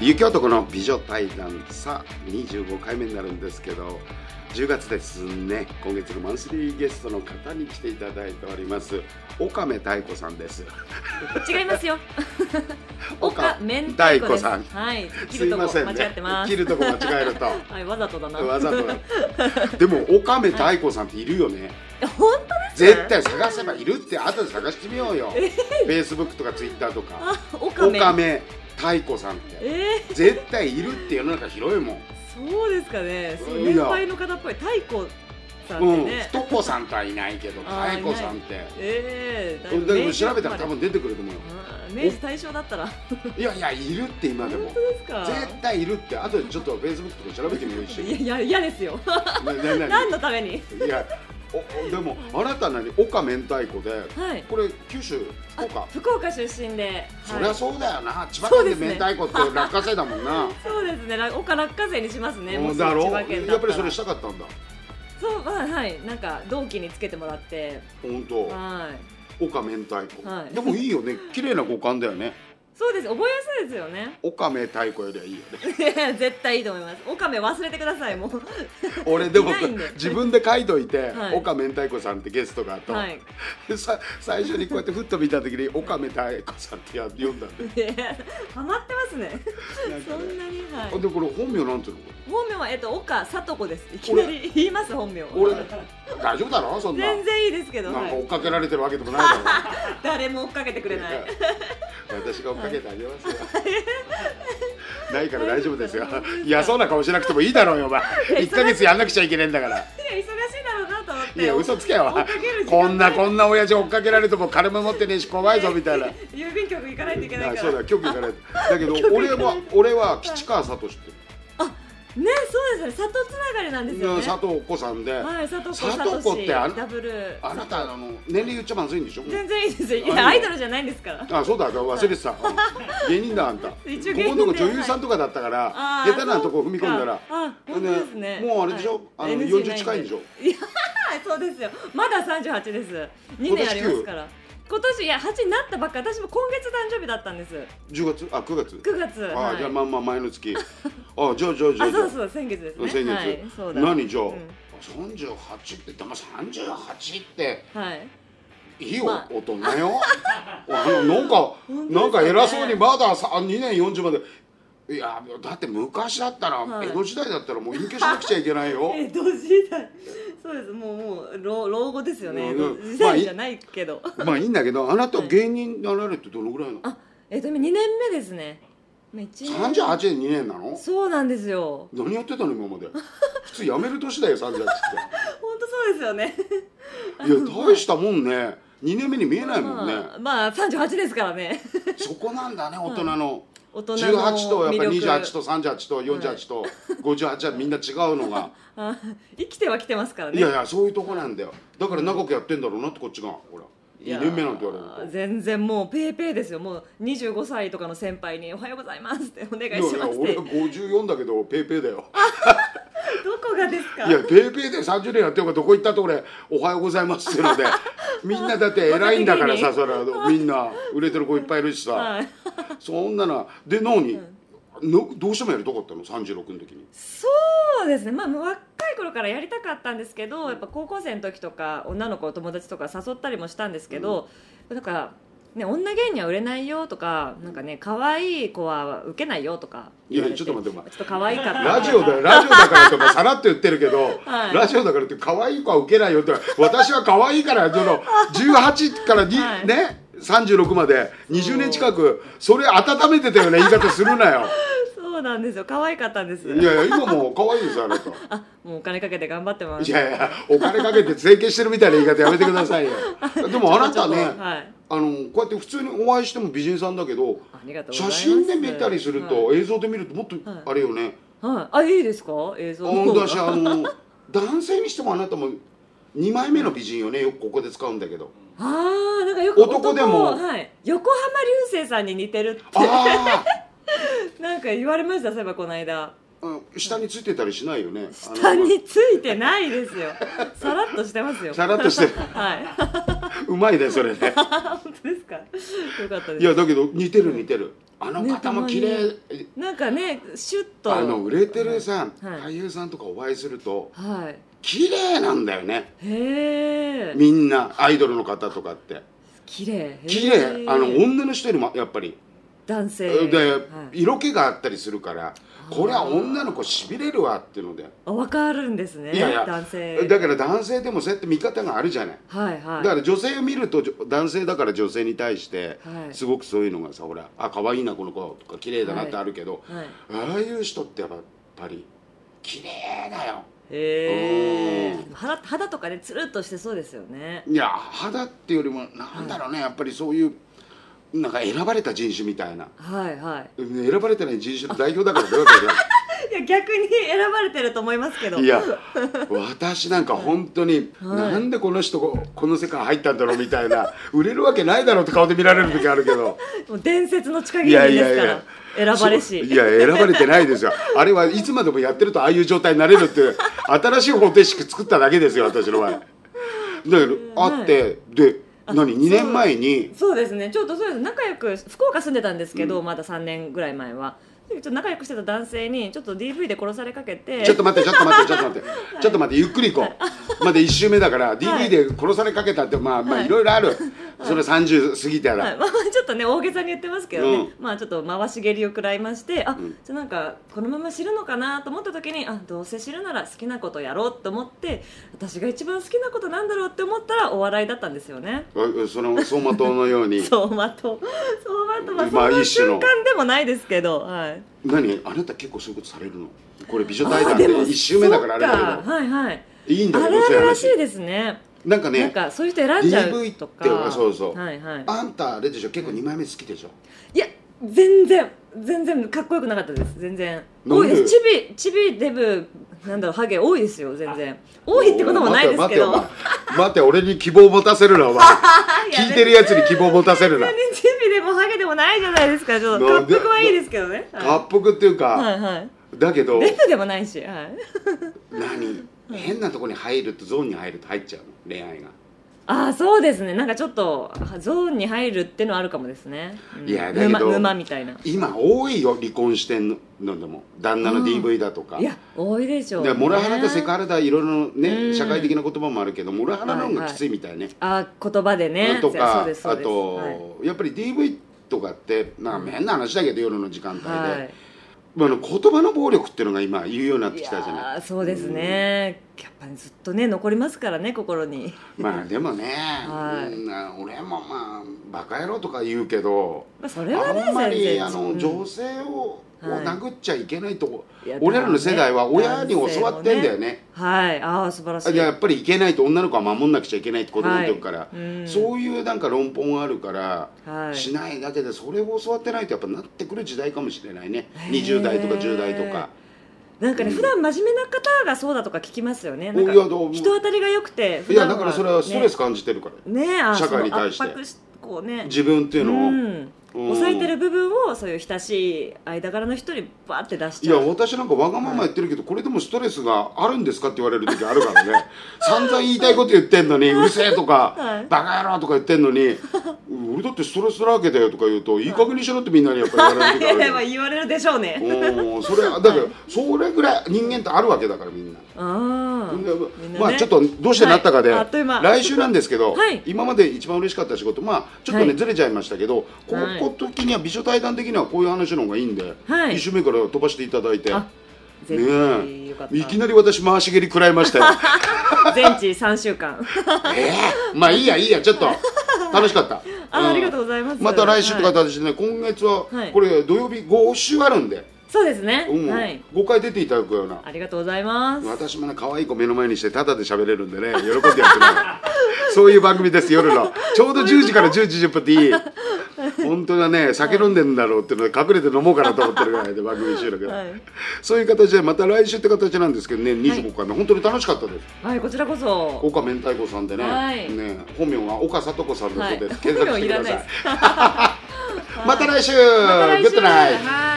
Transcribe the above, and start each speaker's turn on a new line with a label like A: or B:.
A: 雪男の美女対談さあ25回目になるんですけど10月ですね今月のマンスリーゲストの方に来ていただいております岡目太子さんです
B: 違いますよ。岡
A: 岡
B: 明
A: 太子
B: 太
A: で
B: 子ですす。はい。切
A: す
B: る
A: い
B: とこ
A: ませんね
B: 間違ってます。
A: 切るとこ間違えると
B: はい、わざとだ な。
A: わざとでも岡目太子さんっているよね、
B: 本
A: 絶対探せばいるって後で探してみようよフェイスブックとかツイッターと
B: 当
A: か
B: あ、岡明。
A: 岡目太子さんって
B: ええ
A: 絶対いるって世の中広いもん
B: そうですかね。すごい
A: いや
B: 年配の方っぽい太鼓さんって
A: うん、
B: ね。
A: 太子さんとはいないけど
B: あー
A: 太子さんって
B: ええだいぶ
A: だけ
B: 明
A: ど
B: 治
A: 調べたら多
B: 生ま
A: 分出てくると思うよ
B: れ。うん明治大正だったら。
A: いやいやいるって今でも
B: 本当ですか。
A: 絶対いるって後でちょっとフェイスブックとか調べてみる一緒に
B: いやいや嫌ですよ。
A: ななな
B: 何のために。
A: いやおおでもあなた何岡明太子で
B: はい。
A: これ九州福岡
B: 福岡出身で。
A: そりゃ
B: はい
A: そうだよな千葉
B: そう
A: 県
B: です
A: で
B: ね
A: 明太子って落花生だもんな
B: そうですね。ら岡落花生にしますね。
A: も
B: も
A: う
B: し
A: だろ
B: 千葉県だ
A: やっ
B: った
A: ぱ
B: ら
A: りそれしたかったんだ
B: そうまあはいなんか同期につけてもらって
A: 本当
B: はい
A: 岡明太子、
B: はい
A: でもいいよね綺麗な五感だよね
B: そうです覚えやすいですよね
A: 岡明太子よりはいいよね
B: 絶対いいと思いますオカメ忘れてくださいもう
A: 俺でも
B: いないんだよ
A: 自分で書いといて、
B: はい
A: 岡明太子さんってゲストがと、
B: はい
A: さ最初にこうやってふっと見た時に岡明太子さんってや読んだんで
B: でハマってますね
A: なんか
B: そん
A: ね
B: なにはい
A: あでこれ本名なんていうの
B: 本名はえっと岡聡子ですいきなり言います本名
A: 俺大丈夫だろそんな
B: 全然いいですけど、
A: なん
B: は
A: か追っ
B: い、
A: かけられてるわけでもない だろ
B: 誰も追っかけてくれない
A: 私が追っかけてあげますよ。 ないから大丈夫ですよ
B: 大丈夫です。か
A: いや、そうな顔しなくてもいいだろうよ、お前。1ヶ月やんなくちゃいけないんだから。
B: いや忙しいだろうなと思って
A: いや、嘘つけよ
B: 追っかける。時間
A: こんな、こんな親父追っかけられても金も持ってねえし、怖いぞ、みたいな。
B: 郵便局行かないといけない
A: あ
B: か
A: そう
B: ら
A: だ、虚偽から。だけど、俺は、俺は吉川聡って
B: ねそうですよね里つながりなんですよね
A: 佐藤子さんで、
B: はい里子
A: 里子
B: 聡
A: ってあの
B: ダブル
A: あなた、あの、年齢言っちゃまずいんでしょ
B: 全然いいですよい
A: あの
B: やアイドルじゃないんですから
A: あ、そうだ、忘れてた。うん芸人だ、あんた。こ
B: 一応芸人で
A: このとこ女優さんとかだったから、
B: あー
A: 下手なとこ踏み込んだら。
B: あ本当ですね
A: もうあれでしょ
B: はい
A: あの
B: NG
A: 40近いんでしょ
B: いやそうですよまだ38です2年ありますから今年いや8になったばっか私も今月誕生日だったんです
A: 10月あ、9月。
B: 9月
A: あ、
B: はい
A: じゃあまあまあ前の 月あじゃあじゃあじゃ
B: あ
A: あじゃ
B: そ
A: あ
B: うそう先月です
A: 先
B: ね
A: 月、
B: はいそうだ
A: 何じゃあ、
B: うん
A: 38ってでも38って
B: はい
A: いいお
B: まあ
A: 大人よあのなんか、
B: 本当ですね
A: なんか偉そうにまださ2年40までいやだって昔だったら、
B: はい
A: 江戸時代だったらもう隠居しなくちゃいけないよ
B: 江戸時代そうですもうもう老老後ですよね江
A: うん
B: 戸
A: うん
B: 時代じゃないけど
A: まあいいんだけどあなた
B: はい
A: 芸人になられてどのぐらいなの、
B: あえっと今2年目ですねまあ一年
A: 38で2年なの
B: そうなんですよ
A: 何やってたの今まで普通やめる年だよ38って
B: 本当そうですよね
A: いや大したもんね2年目に見えないもんね、
B: まあ、まあ38ですか らね
A: そこなんだね大人の、
B: 大人の魅力
A: 18とやっぱり28と38と48と58はみんな違うのが、
B: あ生きては来てますからね
A: いやいやそういうとこなんだよだから長くやってんだろうなってこっちがほら
B: いや
A: 2年目なんて言われると。
B: 全然もうペーペーですよもう25歳とかの先輩に「おはようございます」ってお願い
A: いや
B: し
A: いや
B: ますっ
A: 俺
B: て
A: は54だけどペーペーだよ
B: どこがですか
A: いやペーペーで30年やってるからどこ行ったって俺「おはようございます」っていう のでみんなだって偉いんだからさそれはみんな売れてる子いっぱいいるしさ、
B: はい、
A: そんななで何、のどうしてもやりたかったの36の時に
B: そうですねまあもう若い頃からやりたかったんですけどやっぱ高校生の時とか女の子友達とか誘ったりもしたんですけど、なんか、ね、女芸人は売れないよとかなんかね可愛い子は受けないよとか言われ
A: いやちょっと待ってお前
B: ちょっと可愛かった
A: ラジオだよ、ラジオだからとかさらっと言ってるけど、
B: はい
A: ラジオだからって可愛い子は受けないよって、私は可愛いから、その18からに、
B: はい
A: ね、36まで20年近く、それ温めてたような言い方するなよ。
B: そうなんですよ可愛かったんです
A: いやいや、今もう可愛いですよ、あなた。い
B: あもうお金かけて頑張ってます
A: やいや、お金かけて整形してるみたいな言い方やめてくださいよ。でもあなた
B: ちょっと
A: ね、
B: はい、
A: あの、こうやって普通にお会いしても美人さんだけど、
B: ありがとうござ
A: 写
B: います
A: 真で見たりすると、映像で見るともっと、
B: はい
A: あれよね、
B: はい、あいいですか映像の方
A: 本
B: が
A: 当私あの男性にしてもあなたも2枚目の美人よねよくここで使うんだけど
B: あーなんかよく
A: 男でも
B: はい、横浜流星さんに似てるっ
A: あ
B: てなんか言われましたそういえばこの間
A: あ うん下についてたりしないよねあの
B: 下についてないですよさらっとしてますよ
A: さらっとしてる
B: はい
A: うまいねそれね
B: 本当ですかよかったです
A: いやだけど似てる似てる、あの方も綺麗、
B: なんかねシュッと
A: あの売れてるさ、
B: は
A: 俳
B: い
A: 優さんとかお会いすると
B: はい
A: 綺麗なんだよね
B: へえ
A: みんなアイドルの方とかって
B: 綺麗
A: 綺
B: へ
A: 麗
B: ー
A: あの女の人よりもやっぱり、
B: 男性
A: で、
B: はい
A: 色気があったりするからこれは女の子しびれるわっていうので、
B: あ分かるんですね
A: いやいや
B: 男性
A: だから男性でもそうやって見方があるじゃない、
B: はいはい
A: だから女性を見るとじょ男性だから女性に対して
B: はい
A: すごくそういうのがさほらあ可愛いなこの子とか綺麗だなってあるけど、
B: はい
A: ああいう人ってやっぱり綺麗だよ
B: へ
A: うん
B: え肌肌とかねつるっとしてそうですよね
A: いや肌っていうよりもなんだろうね、やっぱりそういうなんか選ばれた人種みたいな
B: はいはい
A: うん選ばれてない人種の代表だからどういうことだよ
B: いや逆に選ばれてると思いますけど
A: いや 私なんか本当に、
B: はい
A: なんでこの人ここの世界入ったんだろうみたいな売れるわけないだろうって顔で見られる時あるけ ど
B: もう伝説の近限りですから
A: いやいや
B: 選ばれし
A: そういや選ばれてないですよあれはいつまでもやってるとああいう状態になれるっていう新しい方程式作っただけですよ私の場合だけどあってで何2年前に
B: そうですねちょっとそうです仲良く福岡住んでたんですけど、まだ3年ぐらい前はちょっと仲良くしてた男性にちょっと DV で殺されかけて
A: ちょっと待ってちょっと待ってちょっと待ってちょっと待ってゆっくり行こうまだ1周目だから DV で殺されかけたってまあまあいろいろあるそれ30過ぎた
B: はい
A: ら
B: まあ、ちょっとね大げさに言ってますけどね、
A: うん
B: まあちょっと回し蹴りを食らいましてあ、
A: ん
B: じゃあなんかこのまま知るのかなと思った時にあどうせ知るなら好きなことやろうと思って私が一番好きなことなんだろうって思ったらお笑いだったんです よね。
A: あその走馬灯のよう に
B: 相馬と相馬とまあそ
A: まあ
B: んな
A: 一種の
B: 瞬間でもないですけど、はい、
A: 何あなた結構そういうことされるのこれ美女
B: あ
A: 対談で
B: でも
A: 1周目だからあれ
B: そ
A: だ
B: っかはいはい
A: けどいいんだけ
B: ある
A: ど
B: あ
A: そういう
B: るらし
A: 話
B: いですね
A: なんか
B: なん
A: ね
B: かそういう人選んじゃ
A: DV
B: う
A: って
B: とか
A: そうそう
B: はいはい
A: あんたあれでしょ結構2枚目好きでしょ
B: いや全然全然かっこよくなかったです全然
A: なん
B: 多
A: で
B: いですチビチビデブなんだろうハゲ多いですよ全然多いってこともないですけど
A: おい待てお前待て俺に希望を持たせるなお前 聞いてるやつに希望を持たせるな
B: 全然チビでもハゲでもないじゃないですかちょっと
A: な
B: か
A: ん
B: っ
A: で
B: こはいいですけどねは
A: 滑覆っていう
B: いは
A: か
B: いはい
A: だけど
B: デブでもないしはい
A: 何変なとこに入るとゾーンに入ると入っちゃうの恋愛が、
B: ああそうですねなんかちょっとゾーンに入るってのはあるかもですね、うん
A: いやだけど
B: 沼沼みたいな
A: 今多いよ離婚してんのでも旦那の
B: うん
A: DV だとか、
B: いや多いでしょう、
A: でモラハラだセク
B: あ
A: ハラだいろいろね、
B: うん
A: 社会的な言葉もあるけどモラハラの方がきついみたいね、
B: あ言葉でね
A: とか
B: そうですそ
A: あ
B: うです
A: と、
B: はい
A: やっぱり DV とかってなんか変な話だけど夜の時間帯で、
B: はい
A: まあ、あの言葉の暴力っていうのが今言うようになってきたじゃない
B: やーそうですね、やっぱりずっとね残りますからね心に
A: まあでもね、
B: はい
A: うんな俺もまあバカ野郎とか言うけど
B: まあそれはね
A: あんま
B: 全
A: り
B: 然
A: あ
B: う
A: の
B: ん
A: 女性を,、
B: はい
A: 殴っちゃいけないとこ
B: いや
A: 俺らの世代は親に
B: 男
A: 教
B: 性もね
A: わってんだよね
B: はいああ素晴らし
A: あ
B: い
A: じゃあやっぱりいけないと女の子は守んなくちゃいけないって子供の時から、
B: はいうん
A: そういうなんか論法があるから、
B: はい
A: しないだけでそれを教わってないとやっぱなってくる時代かもしれないね
B: へー
A: 20代とか10代とか
B: なんかね、
A: うん
B: 普段真面目な方がそうだとか聞きますよねなんか
A: いやどう
B: 人当たりが良くて
A: い
B: 普
A: や
B: 段は
A: だからそれはストレ
B: ね
A: ス感じてるから、
B: ねあー
A: 社会に対して
B: その圧迫しこうね
A: 自分っていうのを、
B: うん
A: うん
B: 抑えてる部分をそういう親しい間柄の人にバーって出し
A: い
B: ちゃ
A: や
B: う
A: 私なんかわがまま言ってるけど、これでもストレスがあるんですかって言われる時あるから ね散々言いたいこと言ってんのに「うるせえ」とか「
B: はい
A: バカ野郎」とか言ってんのに「俺だってストレスだらけだよ」とか言うと「いい加減にしろ」ってみんなにやっぱり言われる
B: い
A: 時ある
B: やい
A: か
B: や
A: ら
B: まあ言われるでしょうね
A: おーそれだからそれぐらい人間ってあるわけだからみんな。
B: あ
A: で
B: あみんなね
A: まあちょっとどうしてなったかで、
B: はいあっという間
A: 来週なんですけど、
B: はい
A: 今まで一番嬉しかった仕事まあちょっとね、
B: はい
A: ずれちゃいましたけどこ
B: はい
A: こ時には美女対談的にはこういう話の方がいいんで、
B: はい
A: 一週目から飛ばしていただいて
B: あぜ
A: ね
B: ひよかった
A: いきなり私回し蹴り食らいました よ
B: 全治3週間
A: ええまあいいやいいやちょっと楽しかった
B: あありがとう
A: う
B: ございます
A: んまた来週とか
B: はい
A: 形でね、今月は
B: はい
A: これ土曜日5週あるんで、
B: そうですね
A: うん
B: はい
A: 5回出ていただくような
B: ありがとうございます
A: 私もね可愛い子目の前にしてタダで喋れるんでね喜んでやってます そういう番組です夜のちょうど10時から10時10分っていい本当だね酒飲んでんだろうっていうので隠れて飲もうかなと思ってるぐらいで番組収録、
B: はい
A: そういう形でまた来週って形なんですけどね25回目、本当に楽しかったです
B: はいこちらこそ
A: 岡明太子さんでね,、
B: はい
A: ね本名が岡聡子さんだそうです、
B: はい
A: 検索してくだ
B: 本名いら
A: さ
B: ないい
A: また来週
B: また来週
A: グッドナイト
B: はい